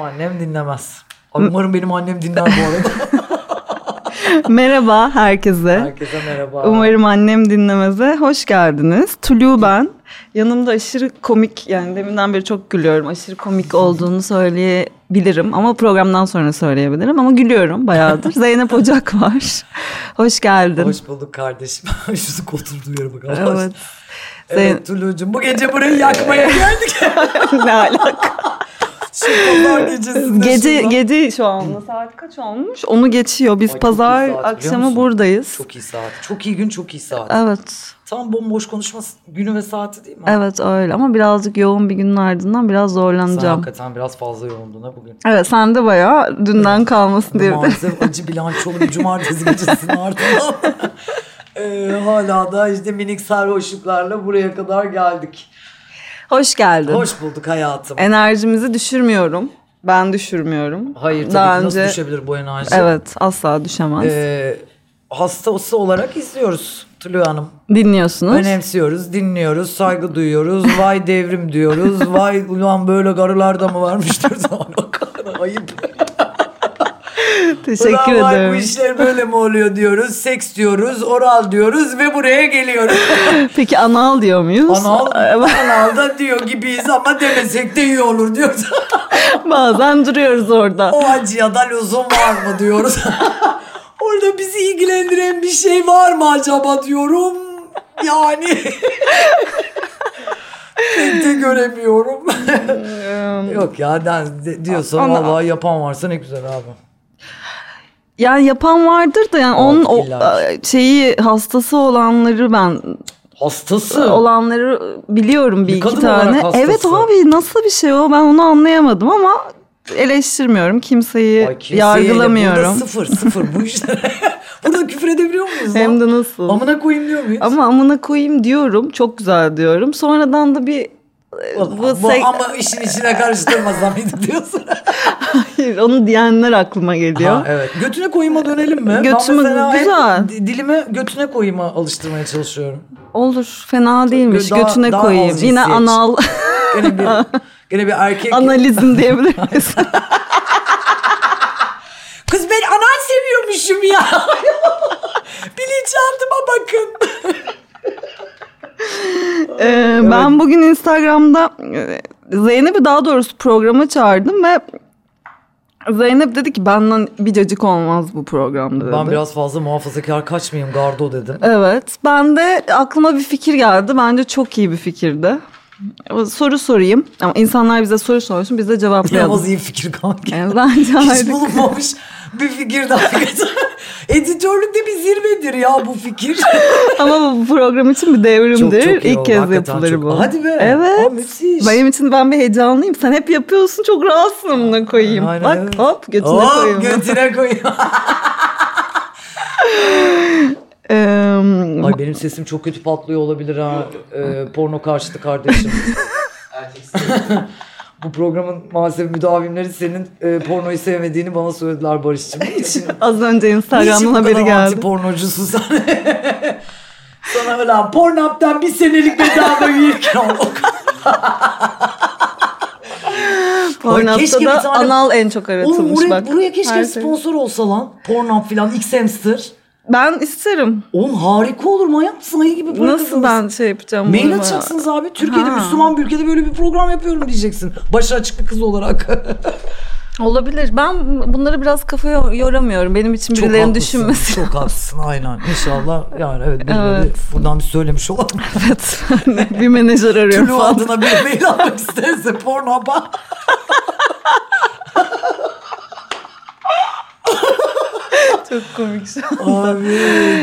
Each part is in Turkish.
Annem dinlemez. Ay, Umarım benim annem dinler bu arada. Merhaba herkese. Herkese merhaba. Umarım annem dinlemeze. Hoş geldiniz. Tulu ben. Yanımda aşırı komik yani deminden beri çok gülüyorum. Aşırı komik olduğunu söyleyebilirim ama programdan sonra söyleyebilirim ama gülüyorum bayağıdır. Zeynep Ocak var. Hoş geldin. Hoş bulduk kardeşim. Şu oturduğu yere bak. Allah evet. aşkına. Evet Tulu'cum bu gece burayı yakmaya geldik. Zeyn- ne alaka? Şu pazar gecesinde. Gece şurada. gece şu anda saat kaç olmuş? Onu geçiyor. Biz Ay, çok iyi pazar saat, biliyor akşamı musun? buradayız. Çok iyi saat. Çok iyi gün çok iyi saat. Evet. Tam bomboş konuşma günü ve saati değil mi? Evet öyle ama birazcık yoğun bir günün ardından biraz Sen zorlanacağım. hakikaten biraz fazla yoğundun ha bugün. Evet sen de bayağı dünden kalmasın diye. Maalesef acı bilançolu cumartesi gecesinin ardından eee, hala da işte minik sarhoşluklarla buraya kadar geldik. Hoş geldin. Hoş bulduk hayatım. Enerjimizi düşürmüyorum. Ben düşürmüyorum. Hayır tabii Daha ki önce nasıl Ee, düşebilir bu enerji? Evet asla düşemez. Eee, hastası olarak izliyoruz Tülü Hanım. Dinliyorsunuz. hani Önemsiyoruz, dinliyoruz, saygı duyuyoruz. Vay devrim diyoruz. Vay ulan böyle garılarda mı varmış diyoruz. O kadar Ayıp. Teşekkür Ulan vay Bu ederim. işler böyle mi oluyor diyoruz. Seks diyoruz, oral diyoruz ve buraya geliyoruz. Peki anal diyor muyuz? Anal, anal da diyor gibiyiz ama demesek de iyi olur diyoruz. Bazen duruyoruz orada. o acıya da lüzum var mı diyoruz. Orada bizi ilgilendiren bir şey var mı acaba diyorum. Yani pek de göremiyorum. Ee, Yok ya den- de- diyorsan Ana- vallahi yapan varsa ne güzel abi. Yani yapan vardır da yani onun o, e, illa. şeyi hastası olanları ben Hastası. olanları biliyorum bir Bir iki kadın tane. olarak hastası. Evet abi nasıl bir şey o ben onu anlayamadım ama eleştirmiyorum kimseyi, Ay kimseyle yargılamıyorum. Burada sıfır sıfır bu işlere. burada küfür edebiliyor muyuz? lan? Hem de nasıl? Amına koyayım diyor muyuz? Ama amına koyayım diyorum. Çok güzel diyorum. Sonradan da bir e, Ulan, bu bu sek- ama işin içine karıştırmasa mıydı diyorsun? Hayır, onu diyenler aklıma geliyor. Ha, evet. Götüne koyuma dönelim mi? Götüme- ben mesela hep güzel. di- dilimi götüne koyuma alıştırmaya çalışıyorum. Olur. Fena değilmiş. daha- Götüne daha koyayım. az Yine cinsiyetçi. anal Gene bir, gene bir erkek. analizm diyebilir miyiz? Kız ben anal seviyormuşum ya. Bilinçaltıma bakın. Ee, Ben bugün Instagram'da e, Zeynep'i daha doğrusu programa çağırdım ve Zeynep dedi ki benden bir cacık olmaz bu programda dedi. Ben biraz fazla muhafazakar kaçmayayım Gardo dedim. Evet. Ben de aklıma bir fikir geldi. Bence çok iyi bir fikirdi. Soru sorayım. Ama insanlar bize soru sorsun biz de cevaplayalım. Yalnız iyi fikir kanki. Yani bence Hiç harika. bulunmamış bir fikir daha. Editörlükte bir zirvedir ya bu fikir. Ama bu program için bir devrimdir. iyi İlk oldu. kez Hakikaten yapılır çok- bu. Hadi be. Evet. Aa, müthiş. Benim için ben bir heyecanlıyım. Sen hep yapıyorsun. Çok rahatsız amına koyayım. Aynen, Bak evet. hop götüne Hop, koyayım. götüne koyayım. Eee, Ay benim sesim çok kötü patlıyor olabilir ha. Ee, porno karşıtı kardeşim. Bu programın maalesef müdavimleri senin e, pornoyu sevmediğini bana söylediler Barış'cığım. Niçin? az önce Instagram'dan haberi geldi. anti pornocusun sen? Sana öyle Pornhub'dan bir senelik bedava üyelik al. O kadar. keşke Pornhub'da bir da tane- anal en çok Oğlum aratılmış buraya, bak. buraya keşke Her şey. sponsor olsa lan. Pornhub filan, X hamster. Ben isterim. Oğlum harika olur manyak mısın? Ayı gibi para Nasıl kazanırsın. ben şey yapacağım? Mail bunu? atacaksınız abi. Türkiye'de Ha. Müslüman bir ülkede böyle bir program yapıyorum diyeceksin. Başı açık bir kız olarak. Olabilir. Ben bunları biraz kafaya yoramıyorum. Benim için Çok birilerinin haklısın. düşünmesi. Çok haklısın aynen. İnşallah yani evet, birileri Evet. buradan bir söylemiş olalım. evet. bir menajer Tülü arıyorum falan. adına bir mail almak isterse pornoba. Çok komik şu an. Abi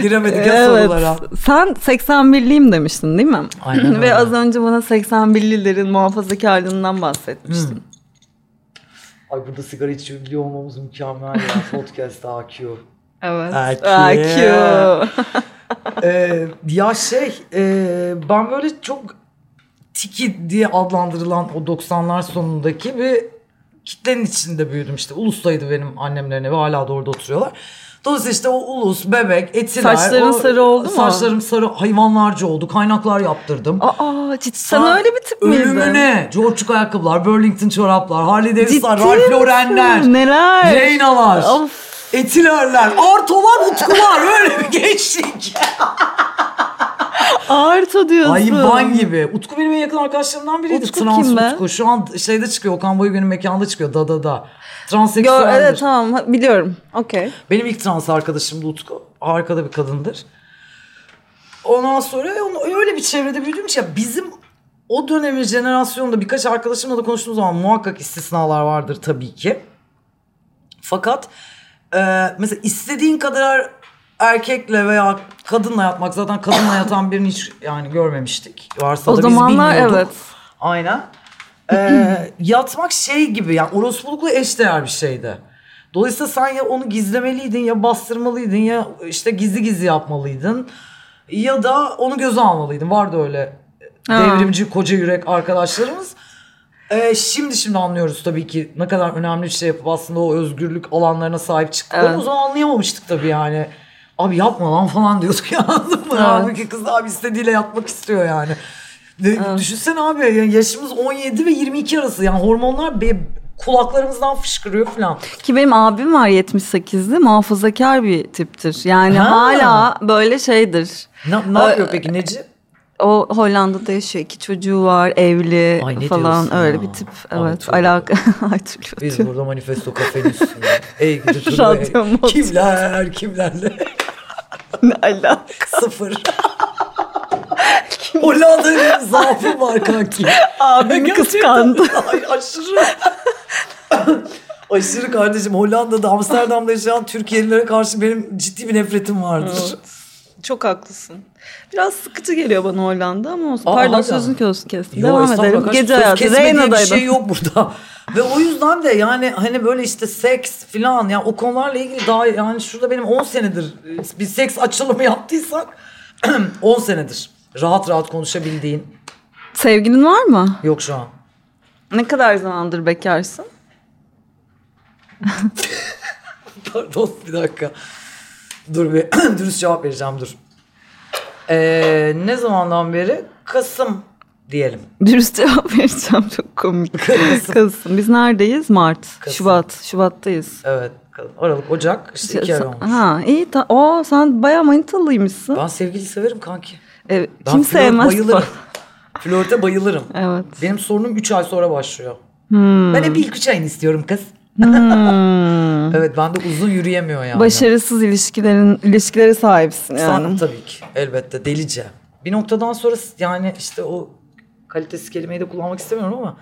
giremedik ya Evet. sorulara. Sen 81'liyim demiştin değil mi? Aynen öyle. Ve az önce bana 81'lilerin muhafazakarlığından bahsetmiştin. Hmm. Ay burada sigara içebiliyor olmamız mükemmel ya. Podcast AQ. Evet. Aki. AQ. Ee, ya şey e, ben böyle çok tiki diye adlandırılan o 90'lar sonundaki bir kitlenin içinde büyüdüm işte. Ulus'taydı benim annemlerin evi hala da orada oturuyorlar. Dolayısıyla işte o ulus, bebek, etiler. Saçların o- sarı oldu mu? Saçlarım sarı hayvanlarca oldu. Kaynaklar yaptırdım. Aa ciddi. Sana öyle bir tip miydin? Ölümüne. George'luk ayakkabılar, Burlington çoraplar, Harley Ciddi Davidson, Ralph misin? Lauren'ler, Neler? Reyna'lar, Of. Etilerler, Artolar, Utkular. Öyle bir gençlik. Arto diyorsun. Ay ban gibi. Utku benim en yakın arkadaşlarımdan biriydi. Utku Trans kim be? Utku. Şu an şeyde çıkıyor. Okan Bayülgen'in mekanda çıkıyor. Da da da. Transseksüeldir. Gör, evet tamam ha- biliyorum. Okey. Benim ilk trans arkadaşım da Utku. Arkada bir kadındır. Ondan sonra onu öyle bir çevrede büyüdüğüm için ya bizim o dönemin jenerasyonunda birkaç arkadaşımla da konuştuğum zaman muhakkak istisnalar vardır tabii ki. Fakat e, mesela istediğin kadar erkekle veya kadınla yatmak zaten kadınla yatan birini hiç yani görmemiştik. Varsa O da zamanlar biz bilmiyorduk. evet. Aynen. Ee, yatmak şey gibi yani orospulukla eşdeğer bir şeydi. Dolayısıyla sen ya onu gizlemeliydin ya bastırmalıydın ya işte gizli gizli yapmalıydın. Ya da onu göze almalıydın. Vardı öyle Ha. devrimci koca yürek arkadaşlarımız. Ee, şimdi şimdi anlıyoruz tabii ki ne kadar önemli bir şey yapıp aslında o özgürlük alanlarına sahip çıktık. Evet. O zaman anlayamamıştık tabii yani. Abi yapma lan falan diyorduk ya anladın mı? Evet. Halbuki kız abi istediğiyle yapmak istiyor yani. De, Düşünsene abi ya yaşımız 17 ve 22 arası yani hormonlar be, kulaklarımızdan fışkırıyor falan. Ki benim abim var 78'li muhafazakar bir tiptir. Yani Ha. hala böyle şeydir. Ne, ne Ay- yapıyor peki Neci? O Hollanda'da yaşıyor. iki çocuğu var, evli Ay ne diyorsun falan öyle ya? bir tip. Ay Evet, Tülyo. alaka. Ay Tülyo Biz diyor. burada manifesto kafenin üstünde. Ey gidi turbe, Radyo ey. mod. Kimler kimlerle Ne alaka? sıfır. Hollanda'nın zaafı var kanki. Abimi Gerçekten. kıskandı. Ay aşırı. aşırı kardeşim Hollanda'da Amsterdam'da yaşayan Türkiye'lilere karşı benim ciddi bir nefretim vardır. Çok haklısın. Biraz sıkıcı geliyor bana Hollanda ama olsun. Aa, Pardon hala. sözünü kes- kestim. Yo, Devam estağfurullah. edelim. Kaç- Gece söz hayatı. kesme diye bir Reyna'daydım. şey yok burada. Ve o yüzden de yani hani böyle işte seks filan ya o konularla ilgili daha yani şurada benim 10 senedir e, bir seks açılımı yaptıysak 10 senedir rahat rahat konuşabildiğin Sevgilin var mı? yok şu an. Ne kadar zamandır bekarsın? Pardon bir dakika. Dur bir dürüst cevap vereceğim dur. Ee, ne zamandan beri? Kasım diyelim. Dürüst cevap vereceğim. Çok komik. Kasım. Biz neredeyiz? Mart. Kasım. Şubat. Şubattayız. Evet. Aralık, Ocak işte iki ay olmuş. ha iyi. Ta- Oo, sen bayağı manitalıymışsın. Ben sevgili severim kanki. Ee, Ben kim flört sevmez? bayılırım. Flörte bayılırım. Evet. Benim sorunum 3 ay sonra başlıyor. Ben hep ilk 3 ayını istiyorum kız. Hmm. Evet bende uzun yürüyemiyor yani. Başarısız ilişkilerin ilişkilere sahipsin Sen yani. tabii ki elbette delice. Bir noktadan sonra s- yani işte o kalitesiz kelimeyi de kullanmak istemiyorum ama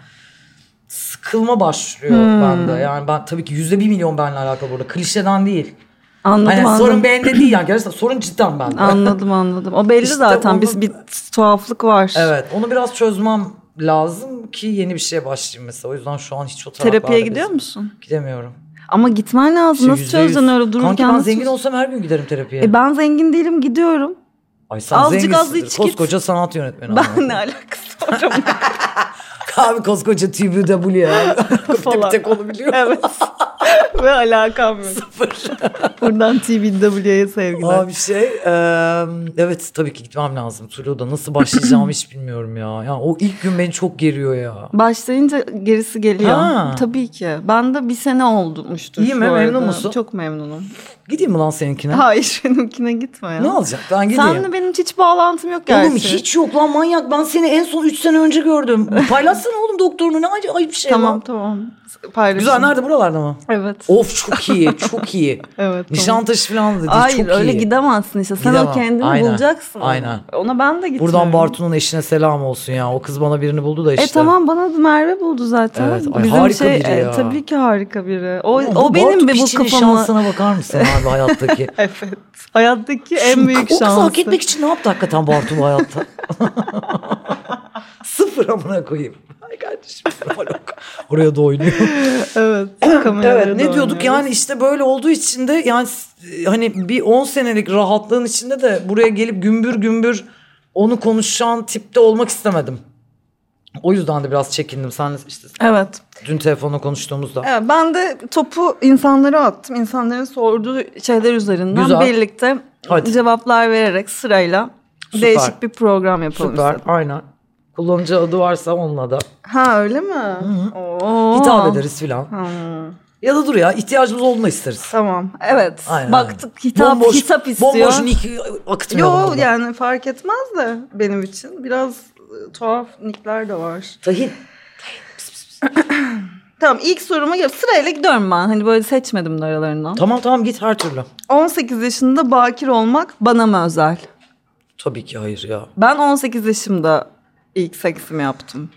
sıkılma başlıyor Hmm. bende. Yani ben tabii ki yüzde bir milyon benimle alakalı burada. Klişeden değil. Anladım Hani anladım. sorun bende değil yani. Gerçekten sorun cidden bende. Anladım anladım. O belli İşte zaten. Biz onun- bir tuhaflık var. Evet onu biraz çözmem lazım ki yeni bir şeye başlayayım mesela. O yüzden şu an hiç o taraflarda Terapiye gidiyor değilim. musun? Gidemiyorum. Ama gitmen lazım. İşte nasıl yüzde yüz. çözeceksin öyle dururken? Kanki ben nasıl zengin çözeceksin? olsam her gün giderim terapiye. E ben zengin değilim gidiyorum. Ay sen azıcık zenginsindir. az iç git. Koskoca sanat yönetmeni. Ben Ben ne alakası var? ama? Abi koskoca TBW ya. Falan. bir tek onu biliyorum. evet. Ve alakam yok. Buradan TBW'ye sevgiler. Abi şey eee, evet tabii ki gitmem lazım. Tulu'da nasıl başlayacağımı hiç bilmiyorum ya. Ya o ilk gün beni çok geriyor ya. Başlayınca gerisi geliyor. Ha. Tabii ki. Ben de bir sene olmuştur. İyi mi? bu arada. Memnun musun? Çok memnunum. Gideyim mi lan seninkine? Hayır benimkine gitme ya. Ne olacak ben gideyim. Senle benim hiç bağlantım yok gerçi. Oğlum hiç yok lan manyak. Ben seni en son 3 sene önce gördüm. Paylaşsana oğlum doktorunu. Ne acı- ayıp şey Tamam lan. tamam. Paylaşın. Güzel nerede buralarda mı? Evet. Of çok iyi çok iyi. Evet. tamam. Nişantaşı falan dedi. Hayır çok öyle iyi. gidemezsin işte. Sen Gidemem. o kendini Aynen. bulacaksın. Aynen. Ona ben de gitmiyorum. Buradan Bartu'nun eşine selam olsun ya. O kız bana birini buldu da işte. E tamam bana da Merve buldu zaten. şey, e, Evet, ay harika biri ya. tabii ki harika biri. O, Ulan o bu benim Bartu bir bu piçinin kafama. şansına bakar mısın abi hayattaki? Evet. Hayattaki en Şu- büyük O kızı şansı. hak etmek için ne yaptı hakikaten Bartu bu hayatta? Sıfır amına koyayım. Ay kardeşim. malok. Oraya da oynuyor. Evet. evet ne diyorduk yani işte böyle olduğu için de yani s- hani bir 10 senelik rahatlığın içinde de buraya gelip gümbür gümbür onu konuşan tipte olmak istemedim. O yüzden de biraz çekindim. Sen işte Evet. dün telefonla konuştuğumuzda. Evet, ben de topu insanlara attım. İnsanların sorduğu şeyler üzerinden Güzel. birlikte Hadi. cevaplar vererek sırayla Süper. değişik bir program yapalım Süper. istedim. Aynen. Kullanıcı adı varsa onunla da Ha öyle mi? Oo. hitap ederiz filan. Hmm, Ya da dur ya ihtiyacımız olduğunu isteriz. tamam. Evet. Aynen. Baktık hitap Bomboş- hitap istiyor. Bomboş nick akıtmayalım. Yo burada. yani fark etmez de benim için. Biraz e, tuhaf nickler de var. Tahin. Tamam ilk soruma gel. Sırayla gidiyorum ben. Hani böyle seçmedim de aralarından. Tamam tamam git her türlü. 18 yaşında bakir olmak bana mı özel? Tabii ki hayır ya. Ben 18 yaşımda ilk seksimi yaptım.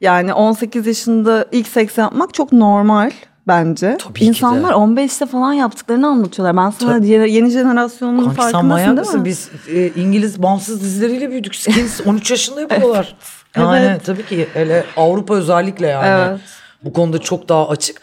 Yani 18 yaşında ilk seks yapmak çok normal bence. Tabii ki de. İnsanlar 15'te falan yaptıklarını anlatıyorlar. Ben sana yeni, yeni jenerasyonun Kanki sen farkındasın manyak değil mısın? mi? Biz e, İngiliz bağımsız dizileriyle büyüdük. Skins 13 yaşında yapıyorlar. Yani Evet. tabii ki hele Avrupa özellikle yani. Evet. Bu konuda çok daha açık.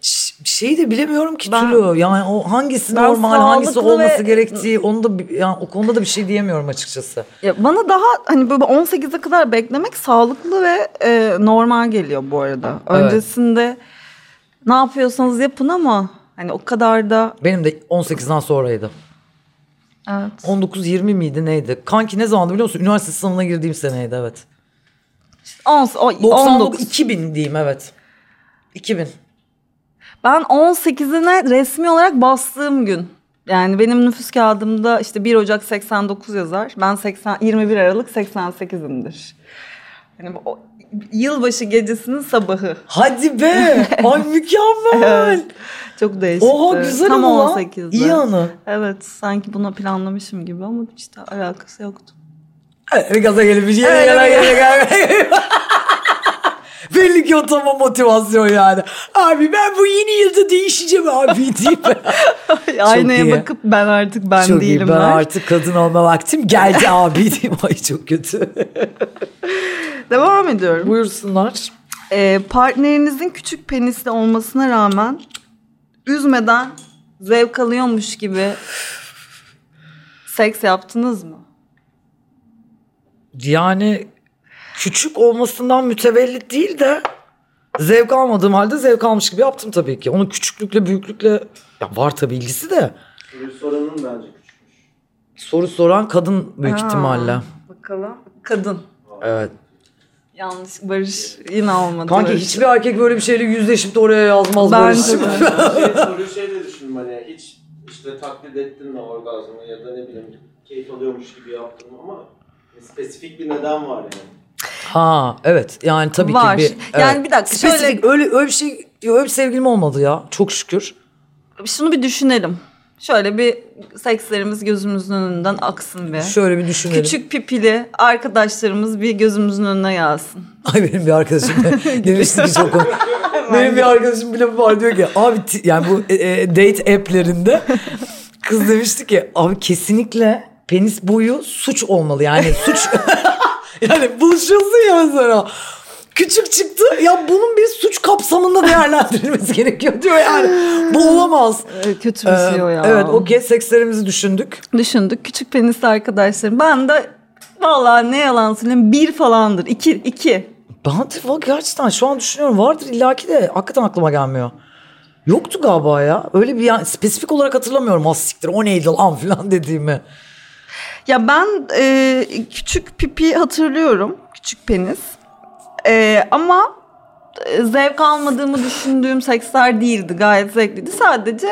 Ş- şeyi de bilemiyorum ki Ben- türlü. Yani o hangisi Ben normal, hangisi sağlıklı olması ve- gerektiği onu da bi- yani o konuda da bir şey diyemiyorum açıkçası. Ya bana daha hani böyle 18'e kadar beklemek sağlıklı ve e, normal geliyor bu arada. Evet. Öncesinde ne yapıyorsanız yapın ama hani o kadar da Benim de 18'den sonraydı. evet. 19-20 miydi neydi? Kanki ne zamandı biliyor musun? Üniversite sınavına girdiğim seneydi evet. 10, o, 99 19. 2000 diyeyim evet. 2000. Ben 18'ine resmi olarak bastığım gün. Yani benim nüfus kağıdımda işte 1 Ocak 89 yazar. Ben 80 21 Aralık 88'imdir. Hani bu o- yılbaşı gecesinin sabahı. Hadi be. Ay mükemmel. Çok değişikti. Oha güzel Tam ama. 18'de. İyi anı. Evet sanki buna planlamışım gibi ama işte alakası yoktu. Bir gaza gelip bir şey Evet, yana evet. yana- Belli ki o tamam motivasyon yani. Abi ben bu yeni yılda değişeceğim abi deyip. Aynaya iyi. bakıp ben artık ben çok iyi değilim ben ben. artık kadın olma vaktim geldi abi diyeyim. Ay çok kötü. Devam ediyorum. Buyursunlar. Ee, partnerinizin küçük penisli olmasına rağmen üzmeden zevk alıyormuş gibi seks yaptınız mı? Yani küçük olmasından mütevellit değil de zevk almadığım halde zevk almış gibi yaptım tabii ki. Onun küçüklükle büyüklükle ya var tabii ilgisi de. Soruyu soranın bence küçükmüş. Soru soran kadın büyük Aa, ihtimalle. Bakalım. Kadın. Evet. Yanlış Barış yine olmadı. Kanki Barış. hiçbir erkek böyle bir şeyle yüzleşip de oraya yazmaz Bence Barış'cığım. de. şey, soruyu şey de düşündüm hani hiç işte taklit ettin mi orgazmı ya da ne bileyim keyif alıyormuş gibi yaptın mı ama spesifik bir neden var yani. Ha evet yani tabii Var. ki bir. Yani evet. bir dakika, şöyle- Spesifik öyle, öyle bir şey öyle bir sevgilim olmadı ya çok şükür. Şunu bir düşünelim. Şöyle bir sekslerimiz gözümüzün önünden aksın bir. Şöyle bir düşünelim. Küçük pipili arkadaşlarımız bir gözümüzün önüne gelsin. Ay benim bir arkadaşım demişti ki çok komik. Benim bir arkadaşım bir lafı var diyor ki abi ti- yani bu e, e, date app'lerinde kız demişti ki abi kesinlikle penis boyu suç olmalı yani suç yani buluşuyorsun ya mesela küçük çıktı ya bunun bir suç kapsamında değerlendirilmesi gerekiyor diyor yani bu olamaz. Ee, Kötü bir şey o ya. Ee, evet okey sekslerimizi düşündük. Düşündük. Küçük penisli arkadaşlarım. Ben de vallahi ne yalan söyleyeyim bir falandır. İki. iki. Ben de bak gerçekten şu an düşünüyorum vardır illaki de hakikaten aklıma gelmiyor. Yoktu galiba ya. Öyle bir yani spesifik olarak hatırlamıyorum az siktir o neydi lan filan dediğimi. Ya ben e, küçük pipi hatırlıyorum. Küçük penis. E, ama e, zevk almadığımı düşündüğüm seksler değildi. Gayet zevkliydi. Şey, Sadece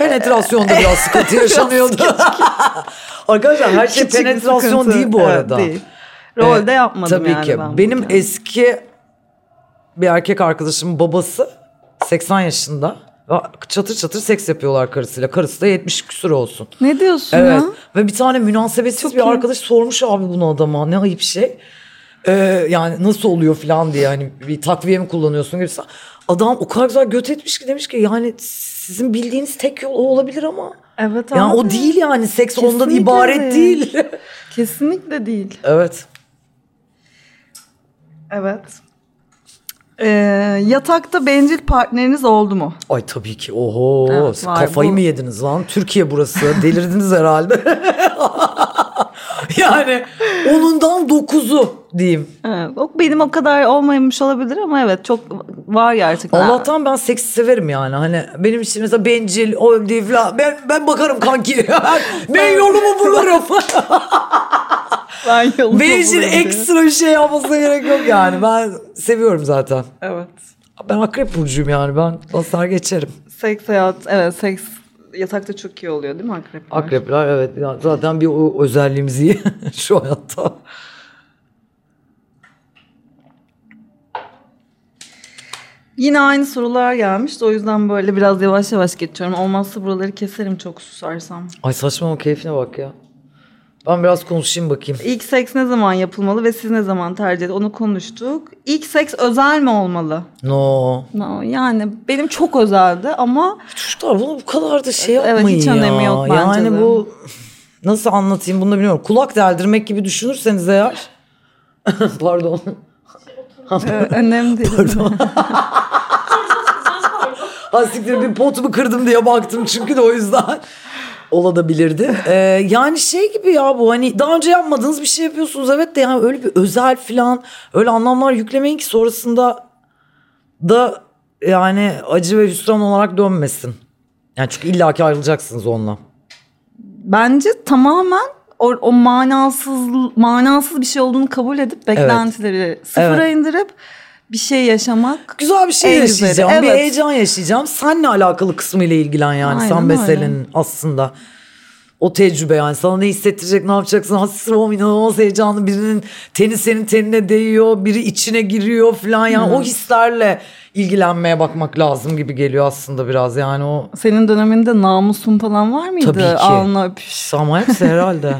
Ee, Penetrasyonda biraz sıkıntı yaşanıyordu. Arkadaşlar her şey küçük bir penetrasyon sıkıntı. değil bu Evet, arada. değil. Rolde Ee, yapmadım Tabii yani ki. ben bunu. Benim e- eski bir erkek arkadaşımın babası 80 yaşında. Çatır çatır seks yapıyorlar karısıyla. Karısı da 70 küsur olsun. Ne diyorsun Evet. ya? Ve bir tane münasebetsiz bir arkadaş sormuş abi bunu adama. Ne ayıp şey. Ee, yani nasıl oluyor falan diye hani bir takviye mi kullanıyorsun gibi. Adam o kadar güzel göt etmiş ki demiş ki yani sizin bildiğiniz tek yol o olabilir ama. Evet Yani o abi. değil yani seks ondan Kesinlikle ibaret değil. değil. Kesinlikle değil. evet. Evet. Ee, yatakta bencil partneriniz oldu mu? Ay tabii ki. Oho. Evet, siz var kafayı bu. mı yediniz lan? Türkiye burası. Delirdiniz herhalde. Yani onundan dokuzu diyeyim. Evet, o benim o kadar olmamış olabilir ama evet çok var ya artık. Allah'tan ben seksi severim yani. Hani benim için mesela bencil, o değil falan. Ben, ben bakarım kanki. ben yolumu bulurum. ben yolunu Benim için bulurum diye. ekstra bir şey yapmasına gerek yok yani. Ben seviyorum zaten. Evet. Ben akrep burcuyum yani. Ben basar geçerim. Seks hayat evet seks yatakta çok iyi oluyor değil mi akrepler? Akrepler evet. ya Zaten bir o özelliğimiz iyi şu hayatta. Yine aynı sorular gelmiş de o yüzden böyle biraz yavaş yavaş geçiyorum. Olmazsa buraları keserim çok susarsam. Ay saçma ama keyfine bak ya. Ben biraz konuşayım bakayım. İlk seks ne zaman yapılmalı ve siz ne zaman tercih edin? Onu konuştuk. İlk seks özel mi olmalı? No. No, yani benim çok özeldi ama Çocuklar bunu bu kadar da şey Evet, yapmayın hiç ya. önemi yok bence yani de. bu nasıl anlatayım bunu da bilmiyorum. Kulak deldirmek gibi düşünürseniz eğer. Pardon. e, önemli değil. Ha siktir bir pot mu kırdım diye baktım çünkü de o yüzden. Olabilirdi. Ee, yani şey gibi ya bu hani daha önce yapmadığınız bir şey yapıyorsunuz evet de yani öyle bir özel falan öyle anlamlar yüklemeyin ki sonrasında da yani acı ve hüsran olarak dönmesin. Yani çünkü illaki ayrılacaksınız onunla. Bence tamamen o, o manasız manasız bir şey olduğunu kabul edip beklentileri sıfıra indirip bir şey yaşamak. Güzel bir şey En güzeli, yaşayacağım. Bir evet. heyecan yaşayacağım. Seninle alakalı kısmıyla ilgilen yani. Aynen Sen öyle. meselenin aslında. O tecrübe yani sana ne hissettirecek ne yapacaksın hassasım o inanılmaz heyecanlı birinin teni senin tenine değiyor biri içine giriyor falan yani o hislerle ilgilenmeye bakmak lazım gibi geliyor aslında biraz yani o Senin döneminde namusun falan var mıydı? Tabii ki. Alnına öpüş. Sama hepsi herhalde.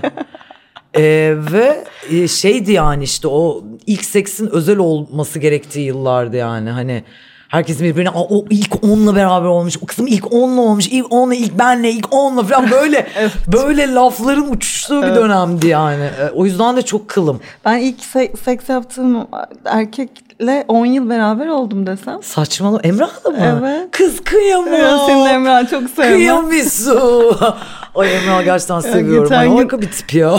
Ee, ve e, şeydi yani işte o ilk seksin özel olması gerektiği yıllardı yani hani herkes birbirine "Aa, o ilk onunla beraber olmuş o kısım ilk onunla olmuş ilk onunla ilk benle ilk onunla falan böyle böyle lafların uçuştuğu bir dönemdi yani Ee, o yüzden de çok kılım Ben ilk se- seks yaptığım erkekle 10 yıl beraber oldum desem. saçmalama Emrah da mı? Evet. Kız kıyamam. Ya. Senin Emrah'ı çok sevmem. Kıyamisu. Ay Emrah gerçekten seviyorum. geçen Ay, gün- harika bir tip ya.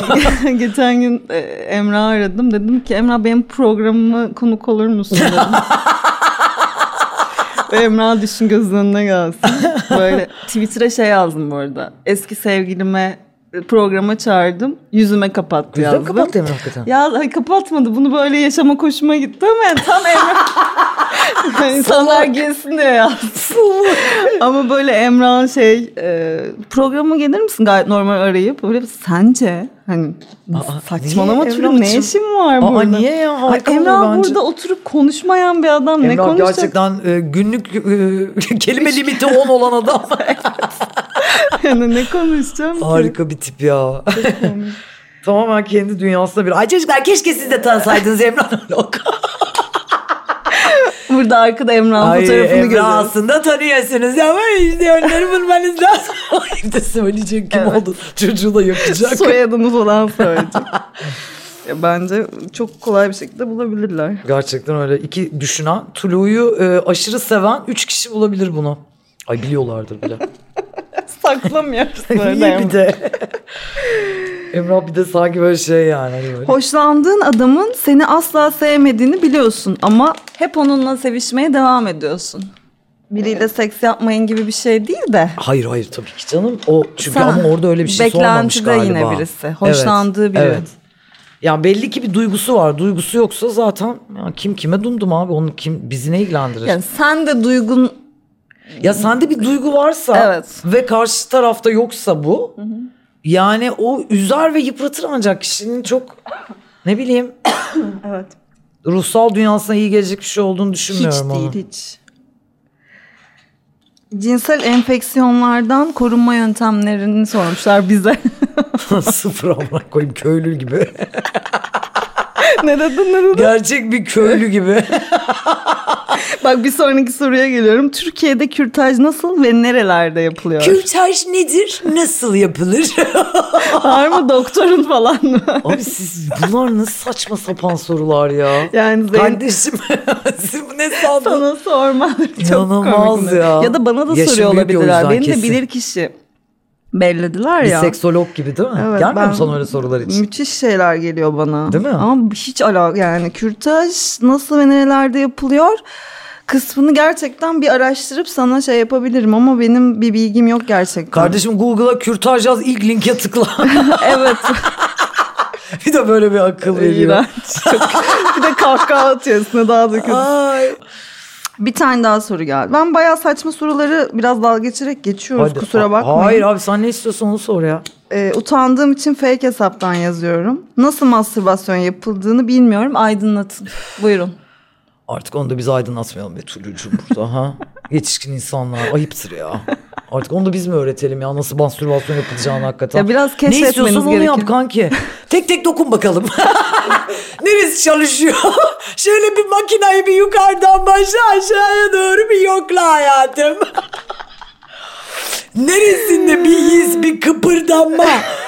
Geçen gün e, Emrah'ı aradım. Dedim ki Emrah benim programıma konuk olur musun dedim. Ve Emrah düşün gözünün önüne gelsin. Böyle Twitter'a şey yazdım bu arada. Eski sevgilime e, programa çağırdım. Yüzüme kapattı Güzel yazdım. kapattı Emrah hakikaten. Ya ay, kapatmadı. Bunu böyle yaşama hoşuma gitti ama yani tam Emrah. Yani İnsanlar gelsin diye yazdım. ama böyle Emrah'ın şey e, programa gelir misin gayet normal arayıp böyle sence hani Aa, saçmalama niye türlü ne Emrah'cığım? işin var Aa, burada? niye ya? Ay, Harika Emrah oluyor bence. burada oturup konuşmayan bir adam ne Emrah konuşacak? gerçekten e, günlük e, kelime limiti 10 olan adam. Yani ne konuşacağım ki? Harika bir tip ya. Tamamen kendi dünyasına bir. Ay çocuklar keşke siz de tanısaydınız Emrah Lok. Burada arkada Emrah'ın Ay fotoğrafını Emrah görüyoruz. aslında tanıyorsunuz ama işte önleri bulmanız lazım. Bir de söyleyecek kim Evet. oldu. Çocuğu da yapacak. Soyadını falan söyleyecek. Ya bence çok kolay bir şekilde bulabilirler. Gerçekten öyle. iki düşünen, Tulu'yu e, aşırı seven 3 kişi bulabilir bunu. Ay biliyorlardır bile. Saklamıyoruz Niye bir de? Emrah bir de sanki böyle şey yani. hani böyle. Hoşlandığın adamın seni asla sevmediğini biliyorsun ama hep onunla sevişmeye devam ediyorsun. Biriyle seks yapmayın gibi bir şey değil de. Hayır hayır tabii ki canım. O çünkü Sen- ama orada öyle bir şey sormamış Beklentide galiba. yine birisi. Hoşlandığı biri. Ya belli ki bir duygusu var. Duygusu yoksa zaten ya kim kime dumdum abi. Onu kim bizi ne ilgilendirir? Yani sen de duygun Ya sende bir duygu varsa Evet. ve karşı tarafta yoksa bu. Yani o üzer ve yıpratır ancak kişinin çok ne bileyim evet ruhsal dünyasına iyi gelecek bir şey olduğunu hiç düşünmüyorum onu. değil hiç. Cinsel enfeksiyonlardan korunma yöntemlerini sormuşlar bize. Sıfır amına koyayım köylü gibi. ne dedin ne dedin? Gerçek bir köylü gibi. Bak bir sonraki soruya geliyorum. Türkiye'de kürtaj nasıl ve nerelerde yapılıyor? Kürtaj nedir? Nasıl yapılır? Var mı doktorun falan mı? Abi siz bunlar nasıl saçma sapan sorular ya. Yani Zeynep Kardeşim siz bu ne sandın? Sana sormaları çok İnanılmaz komik. ya. Ya da bana da Yaşım soruyor büyük ya o olabilirler. yüzden Benim kesin. de bilir kişi. bellediler Bir ya. seksolog gibi değil mi? Evet, Gelmiyor ben- mu sana öyle sorular hiç? Müthiş şeyler geliyor bana. Değil mi? Ama hiç alaka yani kürtaj nasıl ve nerelerde yapılıyor kısmını gerçekten bir araştırıp sana şey yapabilirim ama benim bir bilgim yok gerçekten. Kardeşim Google'a kürtaj yaz ilk linke tıkla. evet. bir de böyle bir akıl veriyor. İğrenç. Çok- bir de kahkaha atıyorsun daha da kötü. Ay. Bir tane daha soru geldi. Ben bayağı saçma soruları biraz dalga geçerek geçiyoruz. Hadi. Kusura A- bakmayın. Hayır abi sen ne istiyorsan onu sor ya. Ee, utandığım için fake hesaptan yazıyorum. Nasıl mastürbasyon yapıldığını bilmiyorum. Aydınlatın. Buyurun. Artık onu da biz aydınlatmayalım be Tulucuğum burada ha. Yetişkin insanlar ayıptır ya. Artık onu da biz mi öğretelim ya nasıl mastürbasyon yapılacağını hakikaten. Ya biraz keşfetmeniz Ne istiyorsan onu gerekir. yap kanki. Tek tek dokun bakalım. Neresi çalışıyor? Şöyle bir makinayı bir yukarıdan başa aşağıya doğru bir yokla hayatım. Neresinde bir his bir kıpırdanma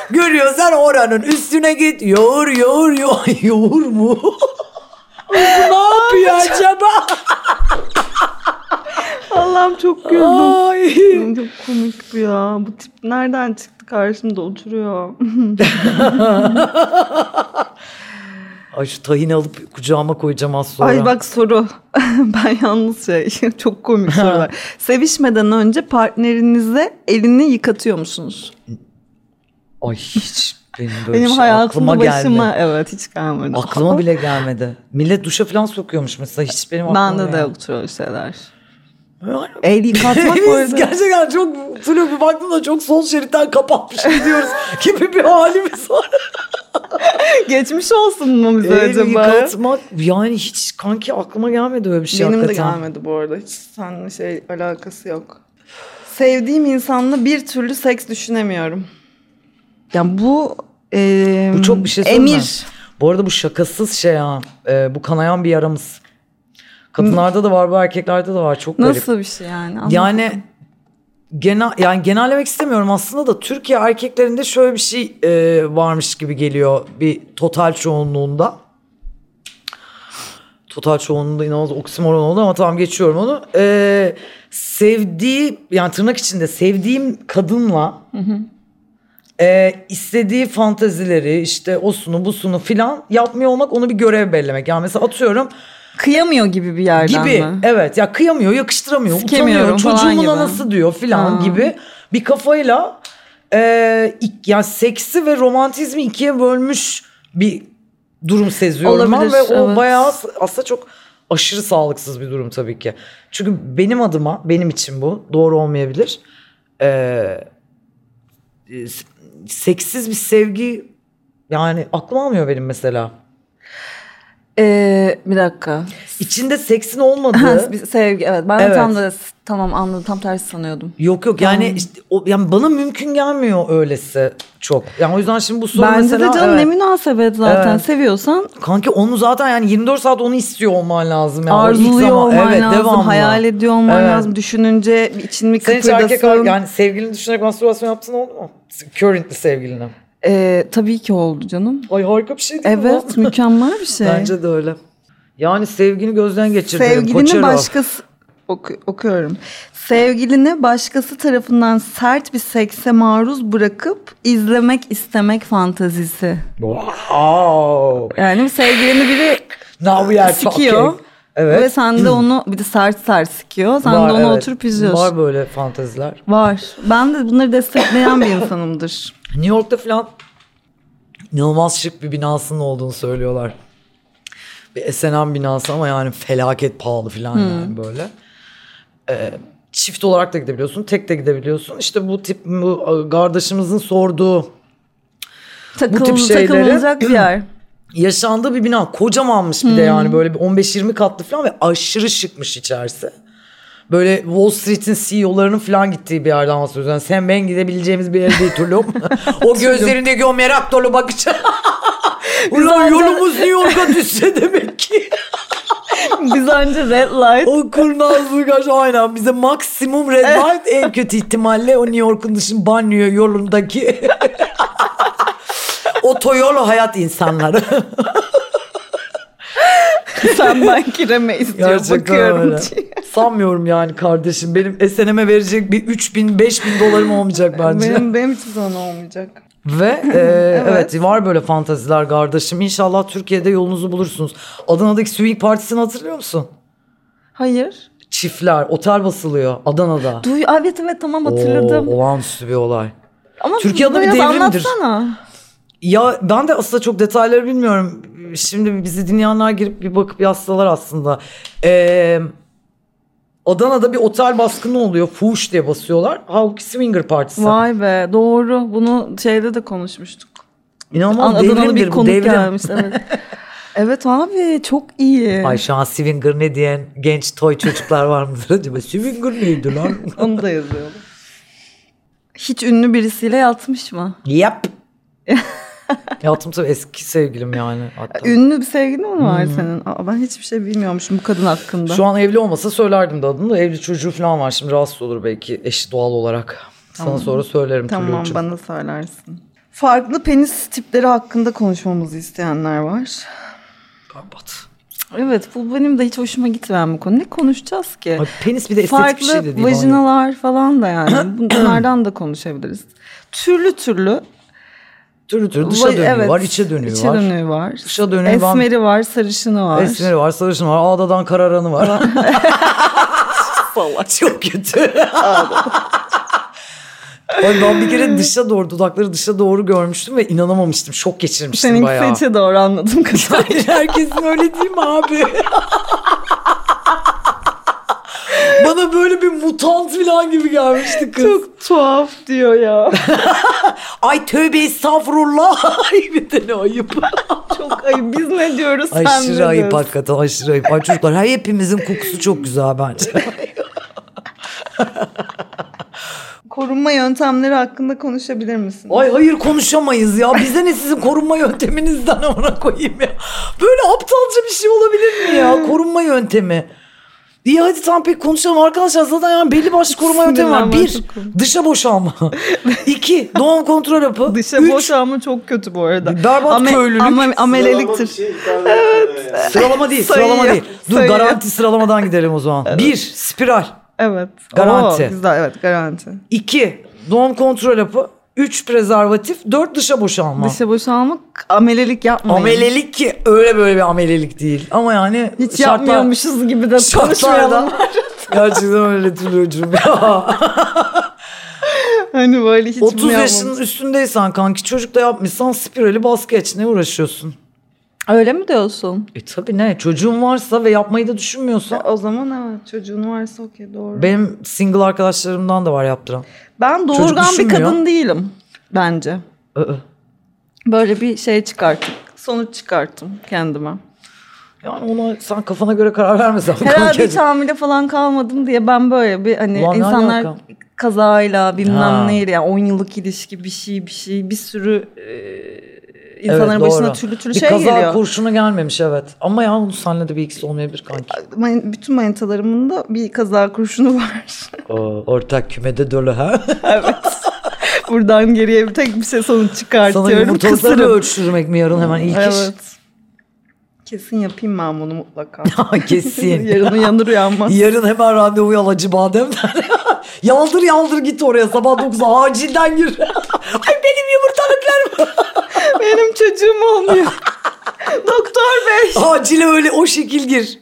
görüyorsan oranın üstüne git. Yoğur yoğur yoğur. Yoğur mu? ne yapıyor acaba? Allah'ım çok güldüm. Ay. çok komik bu ya. Bu tip nereden çıktı karşımda oturuyor. Ay şu tahini alıp kucağıma koyacağım az sonra. Ay bak soru. ben yalnız şey çok komik sorular. Sevişmeden önce partnerinize elini yıkatıyormuşsunuz. Ay hiç benim böyle Benim şey hayatımda aklıma başıma gelmedi. evet hiç gelmedi. Aklıma bile gelmedi. Millet duşa falan sokuyormuş mesela hiç benim aklıma Bende de gelmedi. yoktur öyle şeyler. Yani- El yıkatmak bu Biz arada. gerçekten çok Tülü bir baktım da çok sol şeritten kapatmış gidiyoruz gibi bir halimiz var. Geçmiş olsun mu bize El acaba? yıkatmak yani hiç kanki aklıma gelmedi öyle bir şey Benim de hakikaten. gelmedi bu arada. Hiç seninle şey alakası yok. Sevdiğim insanla bir türlü seks düşünemiyorum. Yani bu e, Bu çok bir şey söyleme. Emir. Bu arada bu şakasız şey ha. Ee, bu kanayan bir yaramız. Kadınlarda da var bu erkeklerde de var çok garip. Nasıl bir şey yani? Anlamadım. Yani genel yani genellemek istemiyorum aslında da Türkiye erkeklerinde şöyle bir şey e, varmış gibi geliyor bir total çoğunluğunda. Total çoğunluğunda inanılmaz oksimoron oldu ama tamam geçiyorum onu. E, sevdiği yani tırnak içinde sevdiğim kadınla e, istediği fantezileri işte osunu busunu filan yapmıyor olmak onu bir görev bellemek. Yani mesela atıyorum kıyamıyor gibi bir yerden gibi mi? evet ya kıyamıyor yakıştıramıyor Sikemiyorum utanıyor falan çocuğumun gibi. anası diyor filan Ha. gibi bir kafayla e, ik- yani seksi ve romantizmi ikiye bölmüş bir durum seziyorum ben Olabilir, ve o evet. bayağı aslında çok aşırı sağlıksız bir durum tabii ki. Çünkü benim adıma benim için bu doğru olmayabilir. E, e, s- seksiz bir sevgi yani aklım almıyor benim mesela. Ee, bir dakika. İçinde seksin Ha, olmadığı bir sevgi evet. Ben de Evet. tam da tamam anladım. Tam tersi sanıyordum. Yok yok yani Tamam. işte o, yani bana mümkün gelmiyor öylesi çok. Yani o yüzden şimdi bu soru Bence mesela de canım evet. ne münasebet zaten. Evet. Seviyorsan kanki onu zaten yani 24 saat onu istiyor olman lazım yani. O ilk arzuluyor zaman- olman evet, lazım. devamlı. Hayal ediyor olman Evet. lazım. Düşününce bir için mi Sen hiç kıpırdasın? erkek yani sevgilini düşünerek mastürbasyon yaptın oldu mu? Currently sevgiline. Ee, tabii ki oldu canım. Ay harika bir şey değil mi? Evet mükemmel bir şey. Bence de öyle. Yani sevgini gözden geçir derim. Sevgilini Koçero. başkası Oku- okuyorum. Sevgilini başkası tarafından sert bir sekse maruz bırakıp izlemek istemek fantazisi. Wow. Yani sevgilini biri Now we are sikiyor talking. Evet. ve sen de onu bir de sert sert sikiyor. Sen Var, de onu evet. oturup izliyorsun. Var Var. böyle fanteziler. Ben de bunları destekleyen bir insanımdır. New York'ta falan inanılmaz şık bir binasının olduğunu söylüyorlar. Bir SNM binası ama yani felaket pahalı falan yani böyle. Ee, çift olarak da gidebiliyorsun, tek de gidebiliyorsun. İşte bu tip bu e, kardeşimizin sorduğu Takıl, tip şeyleri- takılınacak bir yer. yaşandığı bir bina kocamanmış bir de yani böyle bir 15-20 katlı falan ve aşırı şıkmış içerisi. Böyle Wall Street'in CEO'larının falan gittiği bir yerden bahsediyoruz. Yani sen ben gidebileceğimiz bir yer değil Tulum. o gözlerindeki o merak dolu bakış. Ulan yolumuz New York'a düşse demek ki. Biz önce red light. O kurnazlığı karşı aynen bize maksimum red light en kötü ihtimalle o New York'un dışın banyo yolundaki otoyol hayat insanları. Sen ben giremeyiz diyor. Gerçekten Bakıyorum. öyle. Sanmıyorum yani kardeşim. Benim SNM'e verecek bir 3000 5000 dolarım olmayacak bence. Benim, benim hiçbir zaman olmayacak. Ve e, evet. var böyle fantaziler kardeşim. İnşallah Türkiye'de yolunuzu bulursunuz. Adana'daki swing partisini hatırlıyor musun? Hayır. Çiftler, otel basılıyor Adana'da. Duy Ay, evet evet tamam hatırladım. Oo, olağanüstü bir olay. Ama Türkiye'de bir biraz devrimdir. Anlatsana. Ya ben de aslında çok detayları bilmiyorum. Şimdi bizi dinleyenler girip bir bakıp yazsalar aslında. Ee, Adana'da bir otel baskını oluyor. Fuhuş diye basıyorlar. Halbuki Swinger Partisi. Vay be doğru. Bunu şeyde de konuşmuştuk. İnanılmaz Adana'da devrimdir bir bu konuk devrim. gelmiş. Evet. evet abi çok iyi. Ay şu an Swinger ne diyen genç toy çocuklar var mıdır acaba? Swinger neydi lan? Onu da yazıyorum. Hiç ünlü birisiyle yatmış mı? Yap. Yatım tabii eski sevgilim yani. Hatta. Ünlü bir sevgilin mi var senin? Aa, ben hiçbir şey bilmiyormuşum bu kadın hakkında. Hmm. Şu an evli olmasa söylerdim de adını da. Evli çocuğu falan var şimdi rahatsız olur belki eşi doğal olarak. Sana sonra söylerim tamam Tulucuğum. bana söylersin. Farklı penis tipleri hakkında konuşmamızı isteyenler var. Kapat. Evet bu benim de hiç hoşuma gitmeyen bir konu. Ne konuşacağız ki? Ay, penis bir de estetik bir şey de Farklı değil. bana. vajinalar falan da yani. Bunlardan da konuşabiliriz. Türlü türlü. Türlü türlü dışa va- dönüğü evet, var, içe dönüğü içe var. dönüğü var. Dışa dönüğü var. Esmeri var, sarışını var. Esmeri var, sarışın var, ağdadan kararanı var. Vallahi çok kötü. Ay ben bir kere dışa doğru, dudakları dışa doğru görmüştüm ve inanamamıştım. Şok geçirmiştim Seninkisi bayağı. içe doğru anladım kadarıyla. Hayır, herkesin öyle değil mi abi? Bana böyle bir mutant falan gibi gelmişti kız. Çok tuhaf diyor ya. Ay tövbe estağfurullah. Ay bir tane ayıp. Çok ayıp. Biz ne diyoruz sen ne Aşırı ayıp diyorsun? hakikaten aşırı ayıp. Ay çocuklar her hepimizin kokusu çok güzel bence. Korunma yöntemleri hakkında konuşabilir misin? Ay hayır konuşamayız ya. Bize ne sizin korunma yönteminizden amına koyayım ya. Böyle aptalca bir şey olabilir mi ya? Korunma yöntemi. İyi hadi tamam pek konuşalım arkadaşlar zaten yani belli başlı koruma yöntemi var. Sinirlenme, Bir, çok korkunç. dışa boşalma. İki, doğum kontrol hapı. Dışa Üç, boşalma çok kötü bu arada. Berbat Ame- köylülük. ama- Sıralama bir ameleliktir. şey hitap etmiyor yani. Sıralama değil, Sayıyor, sıralama değil. Dur sayıyor. garanti sıralamadan gidelim o zaman. Bir, spiral. Evet. Garanti. Oo, güzel evet garanti. 2 doğum kontrol hapı, 3 prezervatif, 4 dışa boşalma. Dışa boşalmak amelelik yapmayın. Amelelik ki öyle böyle bir amelelik değil. Ama yani Hiç yapmıyormuşuz gibi de konuşmayalım. şartlarda gerçekten öyle Tulucuğum ya. Hani böyle hiç 30 yapmam- yaşın üstündeysen kanki çocuk da yapmışsan spirali bas geç ne uğraşıyorsun? Öyle mi diyorsun? E tabi ne çocuğun varsa ve yapmayı da düşünmüyorsan. O zaman evet çocuğun varsa okey doğru. Benim single arkadaşlarımdan da var yaptıran. Ben doğurgan bir düşünmüyor. kadın değilim bence. Ö-ö. Böyle bir şey çıkarttık. Sonuç çıkarttım kendime. Yani ona sen kafana göre karar vermesen. Herhalde hiç hamile falan kalmadım diye ben böyle bir hani Ulan ne insanlar alaka? kazayla bilmem Ha. neyle yani 10 yıllık ilişki bir şey bir şey bir sürü e, insanların başına türlü türlü bir şey kaza geliyor. kurşuna gelmemiş evet. Ama ya bunu senle de bir ikisi olmayabilir kanki. Man- bütün manitalarımın da bir kaza kurşunu var. Oo, ortak kümede dolu ha. Buradan geriye bir tek bir şey sonuç çıkartıyorum. Sana yumurtalıkları Kısırım. ölçtürmek mi yarın hemen ilk iş? Evet. Kesin yapayım ben bunu mutlaka. Ha, Kesin. Yarın uyanır uyanmaz. yarın hemen randevuyu al Hacı Badem'den. yaldır yaldır git oraya sabah 9'a acilden gir. Ay benim yumurtalıklarım. Benim çocuğum olmuyor. Doktor bey. Acile öyle o şekil gir.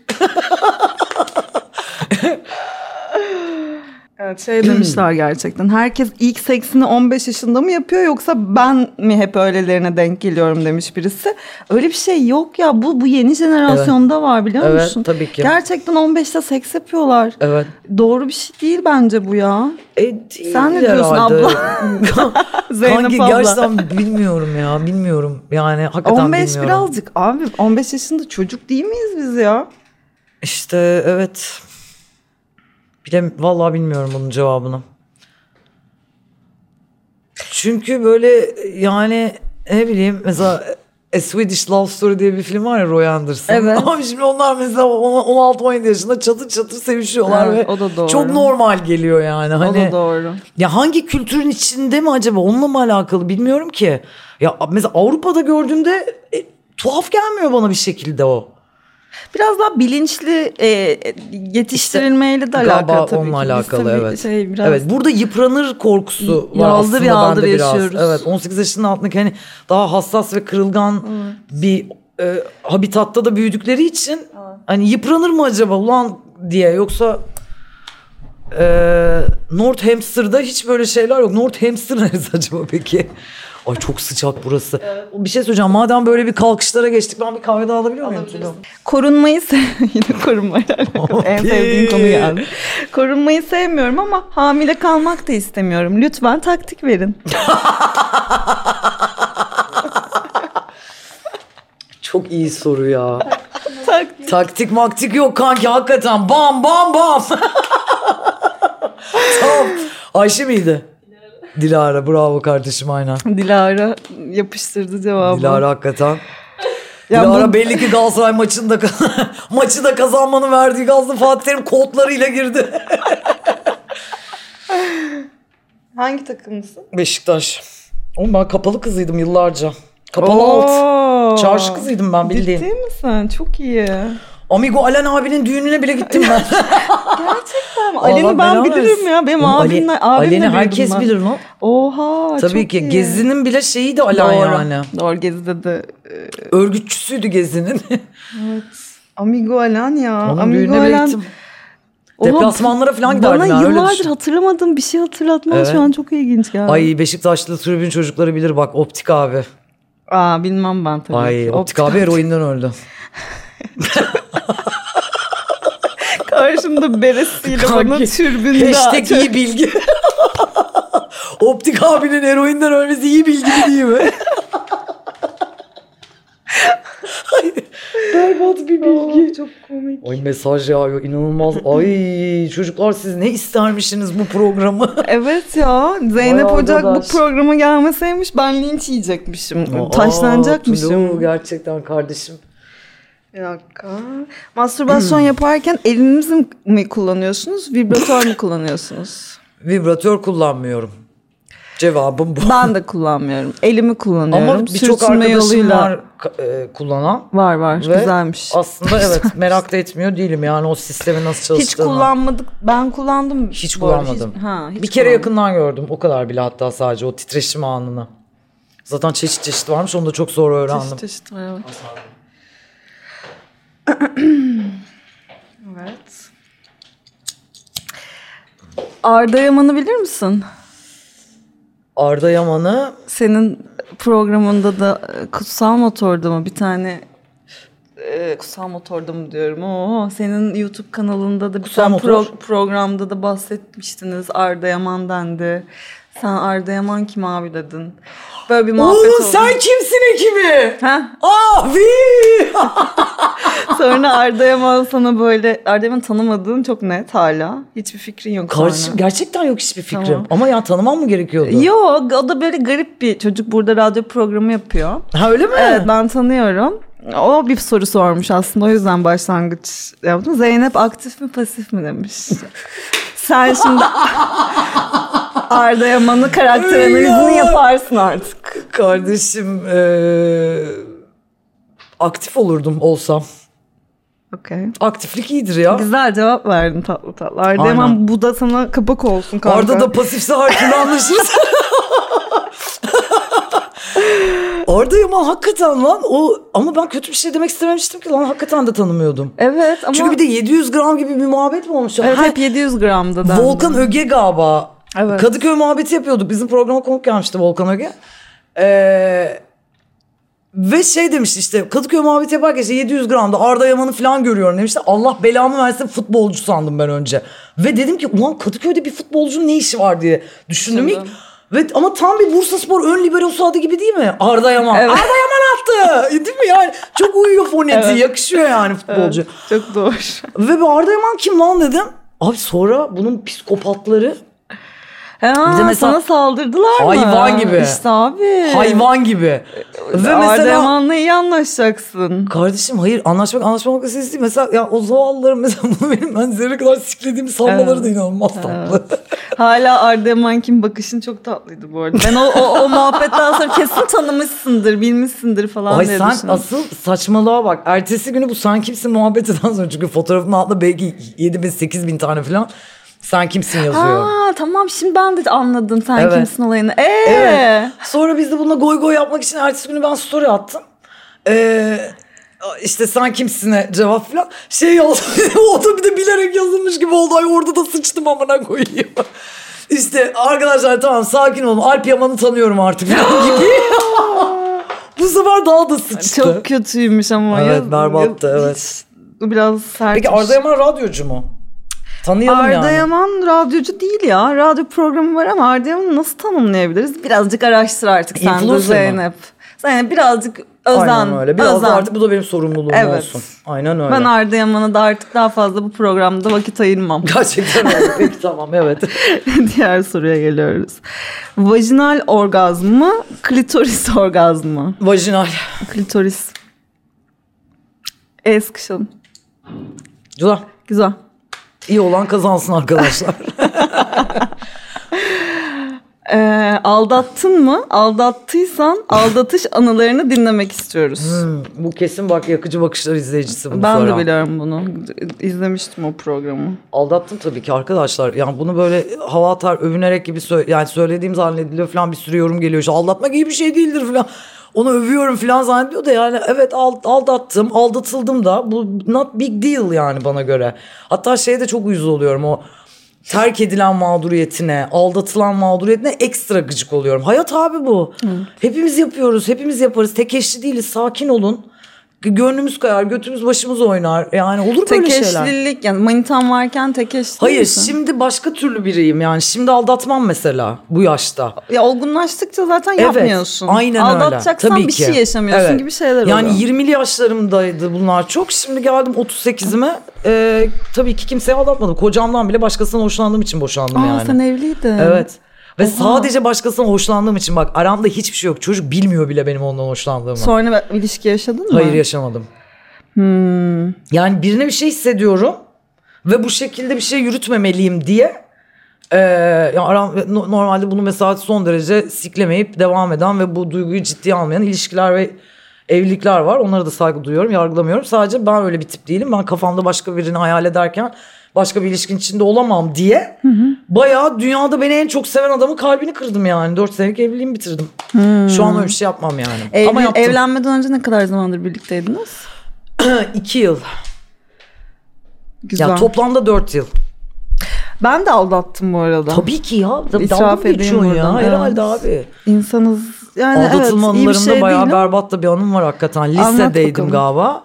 Evet şey demişler gerçekten. Herkes ilk seksini 15 yaşında mı yapıyor yoksa ben mi hep öylelerine denk geliyorum demiş birisi. Öyle bir şey yok ya. Bu bu yeni jenerasyonda var biliyor Evet, musun? tabii ki. Gerçekten 15'te seks yapıyorlar. Evet. Doğru bir şey değil bence bu ya. E, değil Sen ne diyorsun herhalde. Zeynep Kanki abla. gerçekten bilmiyorum ya bilmiyorum. Yani hakikaten 15 bilmiyorum. birazcık abi 15 yaşında çocuk değil miyiz biz ya? İşte evet. Bilem vallahi bilmiyorum bunun cevabını. Çünkü böyle yani ne bileyim mesela A Swedish Love Story diye bir film var ya Roy Anderson. Evet. Abi şimdi onlar mesela 16-17 yaşında çatır çatır sevişiyorlar Evet, ve o da doğru. çok normal geliyor yani. O Hani da doğru. ya hangi kültürün içinde mi acaba onunla mı alakalı bilmiyorum ki. Ya mesela Avrupa'da gördüğümde e, tuhaf gelmiyor bana bir şekilde o. Biraz daha bilinçli e, yetiştirilmeyle de alakalı Galiba tabii onunla ki. Biz alakalı tabii evet. Şey, biraz Evet burada yıpranır korkusu var Yaldır aslında yaldır bende biraz. yaşıyoruz. Evet 18 yaşının altındaki hani daha hassas ve kırılgan bir e, habitatta da büyüdükleri için hani yıpranır mı acaba ulan diye yoksa e, North Hamster'da hiç böyle şeyler yok. North Hamster neresi acaba peki? Ay çok sıcak burası. Bir şey söyleyeceğim. Madem böyle bir kalkışlara geçtik ben bir kahve daha alabiliyor muyum? Korunmayı se- yine korunmayla alakalı. en sevdiğim konu geldi. Korunmayı sevmiyorum ama hamile kalmak da istemiyorum. Lütfen taktik verin. Çok iyi soru ya. taktik. Taktik maktik yok kanki hakikaten. Bam bam bam. tamam. Ayşe miydi? Dilara bravo kardeşim aynen. Dilara yapıştırdı cevabı. Dilara hakikaten. Ya Dilara bu- belli ki Galatasaray maçını da maçı da kazanmanın verdiği gazlı Fatih Terim kodlarıyla girdi. Hangi takımlısın? Beşiktaş. Oğlum ben kapalı kızıydım yıllarca. Kapalı alt. Oo. Çarşı kızıydım ben bildiğin. Ciddi misin? Çok iyi. Amigo Alen abinin düğününe bile gittim ben. Gerçekten mi? Vallahi Ali'ni ben belamı bilirim versin. ya. Benim Oğlum Ali- abimle, abimle Alen'i büyüdüm herkes ben. bilir lan. Oha Tabii çok ki. iyi. Gezi'nin bile şeyi de Alen Doğru. yani. Doğru Gezi'de de. Örgütçüsüydü Gezi'nin. Evet. Amigo Alan ya. Onun Amigo düğününe bile Alan. gittim. Oha, Deplasmanlara falan giderdim Bana ben, öyle yıllardır düşün. hatırlamadığım bir şey hatırlatman Evet. şu an çok ilginç geldi. Ay Beşiktaşlı tribün çocukları bilir bak Optik abi. Aa bilmem ben tabii. Ay ki. Optik, abi eroinden öldü. Karşımda beresiyle Kanki, bana türbünde. Hashtag iyi bilgi. Optik abinin eroinden ölmesi iyi bilgi mi değil mi? Berbat bir bilgi. çok komik. Ay mesaj ya inanılmaz. Ay çocuklar siz ne istermişsiniz bu programı? Evet ya Zeynep Bayağı Ocak bu arkadaş. programa gelmeseymiş ben linç yiyecekmişim. Aa, Tulu, Taşlanacakmışım. gerçekten kardeşim. Bir dakika. Hmm. Mastürbasyon yaparken elinizi mi kullanıyorsunuz, vibratör mü kullanıyorsunuz? Vibratör kullanmıyorum. Cevabım bu. Ben de kullanmıyorum. Elimi kullanıyorum. Ama birçok Sürtünme arkadaşım yoluyla- var ka- e, kullanan. Var var Ve güzelmiş. Aslında evet merak da etmiyor değilim yani o sistemin nasıl çalıştığını. Hiç kullanmadık. Ben kullandım. Hiç bu arada. kullanmadım. ha, hiç bir kere kullanmadım. yakından gördüm o kadar bile hatta sadece o titreşim anını. Zaten çeşit çeşit varmış onu da çok zor öğrendim. Çeşit çeşit var, evet. evet. Arda Yaman'ı bilir misin? Arda Yaman'ı Senin programında da e, Kutsal Motor'da mı bir tane e, Kutsal Motor'da mı diyorum. Oo, senin YouTube kanalında da bir Kutsal tane Motor. pro- programda da bahsetmiştiniz Arda Yaman dendi. Sen Arda Yaman kim abi dedin. Böyle bir muhabbet Oğlum oldu. sen kimsin ekibi? Heh, Abi! Sonra Arda Yaman sana böyle Arda Yaman tanımadığın çok net hala. Hiçbir fikrin yok Kardeşim sonra. gerçekten yok hiçbir fikrim. Tamam. Ama ya tanımam mı gerekiyordu? Yok o da böyle garip bir çocuk burada radyo programı yapıyor. Ha öyle mi? Evet ben tanıyorum. O bir soru sormuş aslında o yüzden başlangıç yaptım. Zeynep aktif mi pasif mi demiş. Sen şimdi Arda Yaman'ın karakter analizini yaparsın artık. Kardeşim eee, aktif olurdum olsam. Okey. Aktiflik iyidir ya. Güzel cevap verdin tatlı tatlı. Arda Aynen. Yaman bu da sana kapak olsun kanka. Arda da pasifse harfini anlaşırız. Arda Yaman hakikaten lan o ama ben kötü bir şey demek istememiştim ki lan hakikaten de tanımıyordum. Evet ama Çünkü bir de 700 gram gibi bir muhabbet mi olmuş? ya? Evet, Ha, hep 700 gramda da. Volkan Öge galiba. Evet. Kadıköy muhabbeti yapıyorduk. Bizim programa konuk gelmişti Volkan Öge. Ee, ve şey demişti işte Kadıköy muhabbeti yaparken işte 700 gramda Arda Yaman'ı falan görüyorum demişti. Allah belamı versin futbolcu sandım ben önce. Ve dedim ki ulan Kadıköy'de bir futbolcunun ne işi var diye düşündüm ilk. Düşündüm. Ve, ama tam bir Bursa Spor ön liberosu adı gibi değil mi? Arda Yaman. Evet. Arda Yaman attı. değil mi yani? Çok uyuyor foneti. Evet. Yakışıyor yani futbolcu. Çok doğru. Ve bir Arda Yaman kim lan dedim. Abi sonra bunun psikopatları Ha, Bir de mesela- sana saldırdılar mı? Hayvan gibi. İşte abi. hayvan gibi. Ve Arda mesela Yaman'la iyi anlaşacaksın. kardeşim hayır anlaşmak anlaşmamak meselesi değil. Mesela ya o zavallıların mesela bunu benim ben zerre kadar siklediğimi sanmaları da inanılmaz tatlı. Hala Arda Mankin bakışın çok tatlıydı bu arada. Ben o, o, o muhabbetten sonra kesin tanımışsındır, bilmişsindir falan Ay diye sen düşündüm. asıl saçmalığa bak. Ertesi günü bu sen kimsin muhabbetinden sonra çünkü fotoğrafın altında belki 7 bin 8 bin tane falan sen kimsin yazıyor. Aa tamam şimdi ben de anladım sen Evet. kimsin olayını. Ee, Evet. Sonra biz de bununla goy goy yapmak için ertesi günü ben story attım. Ee, işte sen kimsine cevap falan. Şey yazdım. o da bir de bilerek yazılmış gibi oldu. Ay orada da sıçtım amına koyayım. İşte arkadaşlar tamam sakin olun. Alp Yaman'ı tanıyorum artık falan gibi. Bu sefer daha da sıçtı. çok kötüymüş ama. Evet, Yaz- berbattı, yaz- evet. Bu biraz sert. şey. Peki Arda Yaman radyocu mu? Tanıyalım Arda yani. Yaman radyocu değil ya. Radyo programı var ama Arda Yaman'ı nasıl tanımlayabiliriz? Birazcık araştır artık sen Influencer de mı? Zeynep. Zeynep birazcık özen. Aynen öyle. Biraz özen. da artık bu da benim sorumluluğum Evet. olsun. Aynen öyle. Ben Arda Yaman'a da artık daha fazla bu programda vakit ayırmam. Gerçekten öyle. Peki tamam evet. Diğer soruya geliyoruz. Vajinal orgazm mı, klitoris orgazm mı? Vajinal. Klitoris. E sıkışalım. Güzel. Güzel. İyi olan kazansın arkadaşlar. Ee, aldattın mı? Aldattıysan aldatış anılarını dinlemek istiyoruz. Hmm, bu kesin bak yakıcı bakışlar izleyicisi bunu ben soran. de biliyorum bunu. İzlemiştim o programı. Aldattım tabii ki arkadaşlar. Yani bunu böyle hava atar övünerek gibi sö- yani söylediğim zannediliyor falan bir sürü yorum geliyor. İşte aldatmak iyi bir şey değildir falan. Onu övüyorum falan zannediyor da yani evet al- aldattım, aldatıldım da bu not big deal yani bana göre. Hatta şeye de çok uyuz oluyorum o terk edilen mağduriyetine, aldatılan mağduriyetine ekstra gıcık oluyorum. Hayat abi bu. Hepimiz yapıyoruz, hepimiz yaparız. Tek eşli değiliz, sakin olun. Gönlümüz kayar, götümüz başımız oynar. Yani olur Tek böyle şeyler. eşlilik yani manitan varken tek eşli Hayır misin? şimdi başka türlü biriyim yani. Şimdi aldatmam mesela bu yaşta. Ya olgunlaştıkça zaten Evet, yapmıyorsun. aynen öyle. Aldatacaksan Tabii bir ki. şey yaşamıyorsun Evet. gibi şeyler oluyor. Yani 20'li yaşlarımdaydı bunlar çok. Şimdi geldim 38'ime. Ee, tabii ki kimseye aldatmadım. Kocamdan bile başkasından hoşlandığım için boşandım Aa, yani. sen evliydin. Evet. Ve sadece başkasından hoşlandığım için bak aramda hiçbir şey yok. Çocuk bilmiyor bile benim ondan hoşlandığımı. Sonra bir ilişki yaşadın mı? Hmm. Hayır yaşamadım. Yani birine bir şey hissediyorum ve bu şekilde bir şey yürütmemeliyim diye eee, ya aram, no- normalde bunu mesela son derece siklemeyip devam eden ve bu duyguyu ciddiye almayan ilişkiler ve evlilikler var. Onlara da saygı duyuyorum, yargılamıyorum. Sadece ben öyle bir tip değilim. Ben kafamda başka birini hayal ederken başka bir ilişkin içinde olamam diye bayağı dünyada beni en çok seven adamın kalbini kırdım yani. 4 senelik evliliğimi bitirdim. Şu an öyle bir şey yapmam yani. Hmm. Evli- Ama yaptım. evlenmeden önce ne kadar zamandır birlikteydiniz? 2 yıl. Güzel. Ya toplamda 4 yıl. Ben de aldattım bu arada. Tabii ki ya. Tabii İtiraf dalga mı edeyim geçiyorsun ya? buradan, Herhalde evet. abi. İnsanız yani evet Aldatılma iyi bir anılarımda şey bayağı değilim. berbat da bir anım var hakikaten. Anlat Lisedeydim bakalım. galiba.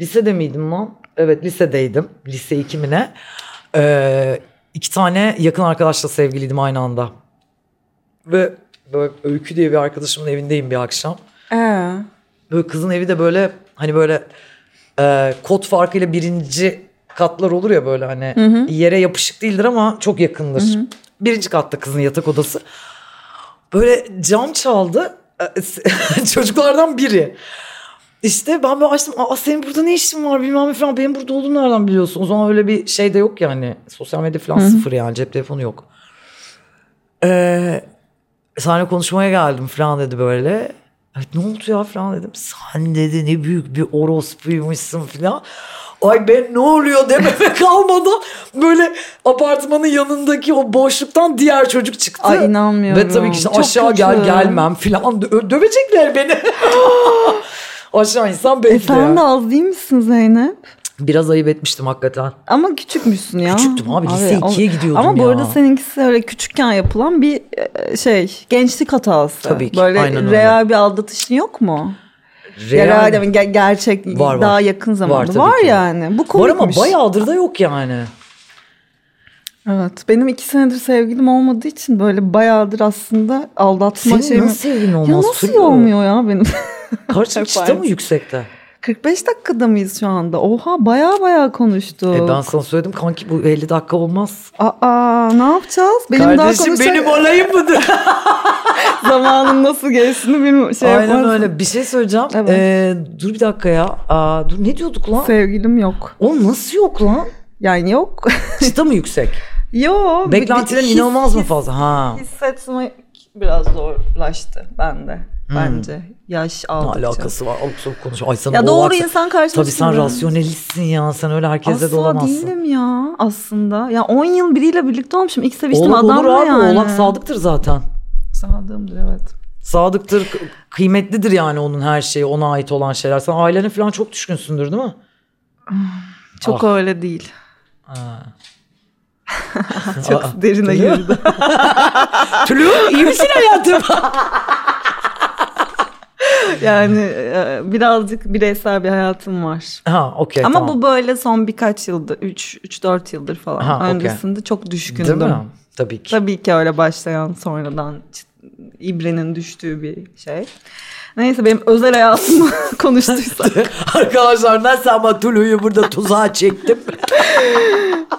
Lisede miydim lan? Evet lisedeydim. Lise 2 mi ne? Ee, iki tane yakın arkadaşla sevgiliydim aynı anda. Ve böyle Öykü diye bir arkadaşımın evindeyim bir akşam. Ee, Böyle kızın evi de böyle hani böyle e, kod farkıyla birinci katlar olur ya böyle hani yere yapışık değildir ama çok yakındır. Birinci katta kızın yatak odası. Böyle cam çaldı E, s- çocuklardan biri. İşte ben böyle açtım. Aa senin burada ne işin var bilmem ne falan. Benim burada olduğunu nereden biliyorsun? O zaman öyle bir şey de yok yani. Sosyal medya falan sıfır yani. Cep telefonu yok. Ee, sahne konuşmaya geldim falan dedi böyle. Ay, ne oldu ya falan dedim. Sen dedi ne büyük bir orospuymuşsun falan. Ay ben ne oluyor dememe kalmadan böyle apartmanın yanındaki o boşluktan diğer çocuk çıktı. Ay, inanmıyorum. Ve tabii ki işte Çok aşağı gel kötü. gelmem falan dö- dövecekler beni. aşağı insan belli e sen de az değil misin Zeynep? Biraz ayıp etmiştim hakikaten. Ama küçükmüş ya. Küçüktüm abi, lise o- ikiye gidiyordum Ama bu ya. arada seninkisi öyle küçükken yapılan bir e, şey gençlik hatası. Tabii ki, Böyle aynen öyle. real bir aldatışın yok mu? Ya Real- real demin ge- gerçek Var, var. daha yakın Var zamanda. tabii Var, ki. yani. Bu Var komikmiş. ama bayağıdır da yok yani. Evet. Benim iki senedir sevgilim olmadığı için böyle bayağıdır aslında aldatma Senin şey mi? nasıl sevgilin olmaz? Ya nasıl Süleyman? olmuyor ya benim? Karşın çıta mı Fark. yüksekte? 45 dakikada mıyız şu anda? Oha baya baya konuştuk. E ben sana söyledim kanki bu 50 dakika olmaz. Aa ne yapacağız? Benim daha konuşacak olayım mıdır? zamanım nasıl geçtiğini bilmiyorum. Şey Aynen yaparız. öyle. Bir şey söyleyeceğim. Evet. Ee, dur bir dakika ya. Aa, dur ne diyorduk lan? Sevgilim yok. Oğlum nasıl yok lan? Yani yok. Çıta mı yüksek? Yo. bir- Beklentilerin his- inanılmaz mı his- fazla? Ha. Hissetmek biraz zorlaştı bende. Bence. Yaş Hmm. Ne aldıkça. alakası var? Alıp sorup konuşuyor. Ay sana Ya doğru oğlak- insan karşılaştı. Tabii sen rasyonelistsin ya. Sen öyle herkese de Asla olamazsın. değilim ya aslında. Ya 10 yıl biriyle birlikte olmuşum. İlk seviştim Oğlak olur adamla abi. yani. Oğlak sadıktır zaten. Sadığımdır evet. Sadıktır, k- kıymetlidir yani onun her şeyi, ona ait olan şeyler. Sen ailene falan çok düşkünsündür değil mi? Ah. Çok öyle değil. Ha. Çok derine Ah. Değil mi? girdi. Tülü iyi misin hayatım? yani e, birazcık bireysel bir hayatım var. ha okey Ama E, tamam. bu böyle son birkaç yıldır, 3-4 yıldır falan Ha, okey. öncesinde çok Değil düşkündüm. mi? Tabii ki. Tabii ki öyle başlayan sonradan çı- ibrenin düştüğü bir şey. Neyse benim özel hayatımı konuştuysak. Arkadaşlar nasıl ama Tülü'yü burada tuzağa çektim.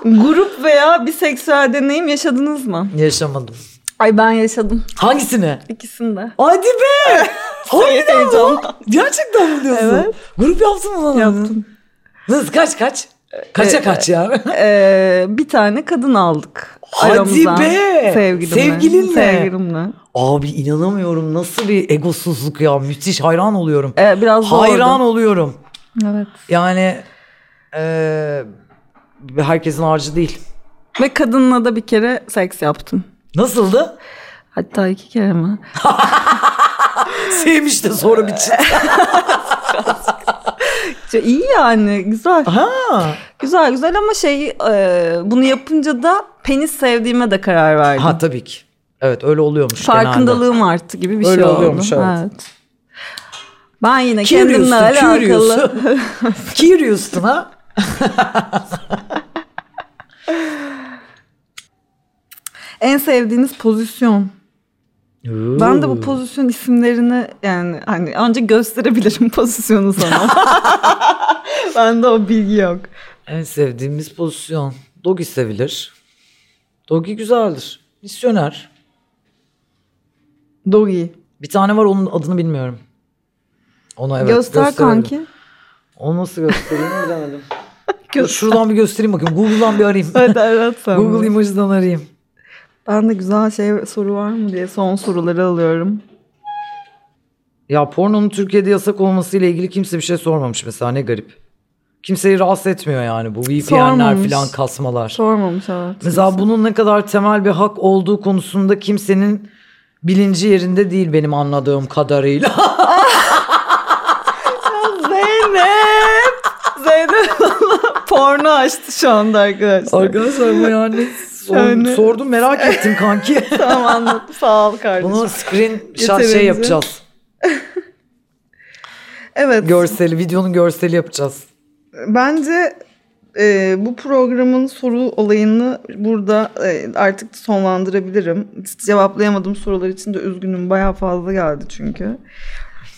Grup veya bir seksüel deneyim yaşadınız mı? Yaşamadım. Ay ben yaşadım. Hangisini? İkisini de. Hadi be! Harbiden mi? Heyecanla. Gerçekten mi diyorsun? Evet. Grup yaptın mı lan? Yaptım. Nasıl kaç kaç? Kaça Ee, kaç ya? Ee, bir tane kadın aldık. Hadi aramıza. be! Sevgilimle. Sevgilinle. Sevgilimle. Abi inanamıyorum nasıl bir egosuzluk ya müthiş hayran oluyorum. Ee, biraz zordu. hayran oluyorum. Evet. Yani eee, herkesin harcı değil. Ve kadınla da bir kere seks yaptım. Nasıldı? Hatta iki kere mi? Sevmiş de sonra bir çıt. İşte İyi yani güzel. Ha. Güzel güzel ama şey e, bunu yapınca da penis sevdiğime de karar verdim. ha tabii ki. Evet öyle oluyormuş genelde. Farkındalığım arttı gibi bir Öyle şey oluyormuş, oldu. evet. Ben yine Curious, kendimle alakalı. curious. Curious'tun ha. En sevdiğiniz pozisyon. Ben de bu pozisyon isimlerini yani hani ancak gösterebilirim pozisyonu sana. Bende o bilgi yok. En sevdiğimiz pozisyon. Dogi sevilir. Dogi güzeldir. Misyoner. Dogi. Bir tane var onun adını bilmiyorum. Ona evet Göster gösterelim. kanki. Onu nasıl göstereyim bilemedim. Göster. Şuradan bir göstereyim bakayım. Google'dan bir arayayım. Hadi evet sen. Google Images'dan arayayım. Ben de güzel şey soru var mı diye son soruları alıyorum. Ya pornonun Türkiye'de yasak olmasıyla ilgili kimse bir şey sormamış mesela ne garip. Kimseyi rahatsız etmiyor yani bu VPN'ler Sormamış. falan kasmalar. Sormamış evet. mesela bunun ne kadar temel bir hak olduğu konusunda kimsenin bilinci yerinde değil benim anladığım kadarıyla. Zeynep. Zeynep porno açtı şu anda arkadaşlar. Arkadaşlar bu yani, sor- Yani- sordum merak ettim kanki. tamam anladım. Sağ ol kardeşim. Bunu screen şa- Yeterince. şey yapacağız. evet. Görseli, videonun görseli yapacağız. Bence e, bu programın soru olayını burada e, artık sonlandırabilirim. Hiç Cevaplayamadığım sorular için de üzgünüm. Bayağı fazla geldi çünkü.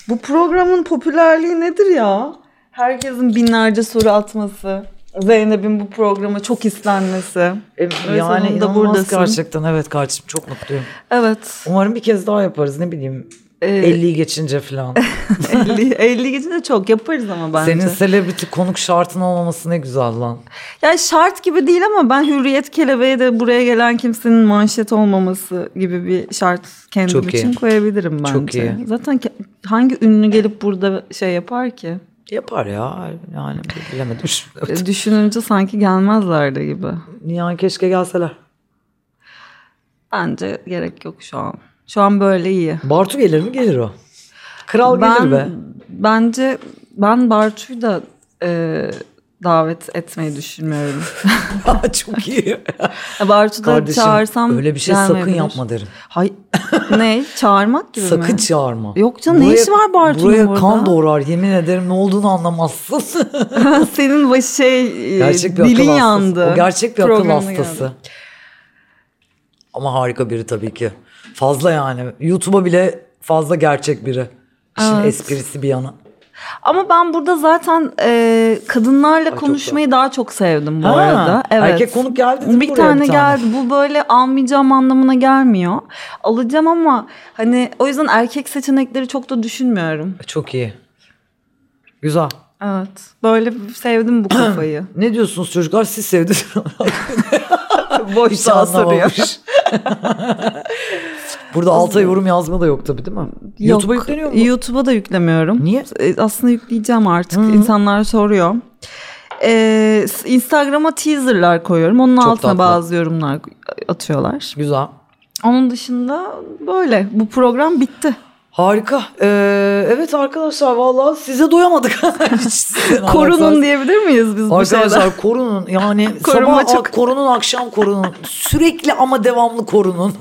Bu programın popülerliği nedir ya? Herkesin binlerce soru atması. Zeynep'in bu programa çok istenmesi. yani sonunda inanılmaz buradasın. gerçekten. Evet kardeşim çok mutluyum. Evet. Umarım bir kez daha yaparız ne bileyim. Ee, 50'yi geçince falan. 50, 50 gece de çok yaparız ama bence. Senin celebrity konuk şartın olmaması ne güzel lan. Yani şart gibi değil ama ben hürriyet kelebeğe de buraya gelen kimsenin manşet olmaması gibi bir şart kendim Çok iyi. için koyabilirim bence. Çok iyi. Zaten ke- hangi ünlü gelip burada şey yapar ki? Yapar ya yani bilemedim. Şu- E, Düşününce sanki gelmezlerdi gibi. Yani keşke gelseler. Bence gerek yok şu an. Şu an böyle iyi. Bartu gelir mi gelir o. Kral Ben gelir be. bence ben Bartu'yu da e, davet etmeyi düşünmüyorum. Çok iyi. Bartu da Kardeşim çağırsam öyle bir şey sakın gelmeyebilir. yapma derim. Hay ne? Çağırmak gibi mi? Sakın çağırma. Yok canım, ne işi var Bartu'nun Buraya orada? kan doğrar yemin ederim ne olduğunu anlamazsın. Senin baş şey e, gerçek bir dilin akıl yandı. hastası. O gerçek bir akıl Programına hastası. geldi. Ama harika biri tabii ki. Fazla yani. YouTube'a bile fazla gerçek biri. İşin Evet. esprisi bir yana. Ama ben burada zaten e, kadınlarla konuşmayı daha çok sevdim bu Ha, arada. Evet. Erkek konuk geldi değil mi bir buraya tane geldi. Bu böyle almayacağım anlamına gelmiyor. Alacağım ama hani o yüzden erkek seçenekleri çok da düşünmüyorum. Çok iyi. Güzel. Evet. Böyle sevdim bu kafayı. Ne diyorsunuz çocuklar siz sevdiniz. Boş Hiç anlamamış. Burada alta yorum yazma da yok tabii değil mi? YouTube'a yükleniyor mu? YouTube'a da yüklemiyorum. Niye? E, Aslında yükleyeceğim artık. Hı. İnsanlar soruyor. E, s- Instagram'a teaserlar koyuyorum. Onun Çok altına tatlı. bazı yorumlar atıyorlar. Güzel. Onun dışında böyle. Bu program bitti. Harika. Ee, evet arkadaşlar vallahi size doyamadık. Hiç sizden Korunun diyebilir miyiz biz bu şeyden? Arkadaşlar korunun yani Koruma sabah çok- korunun akşam korunun sürekli ama devamlı korunun.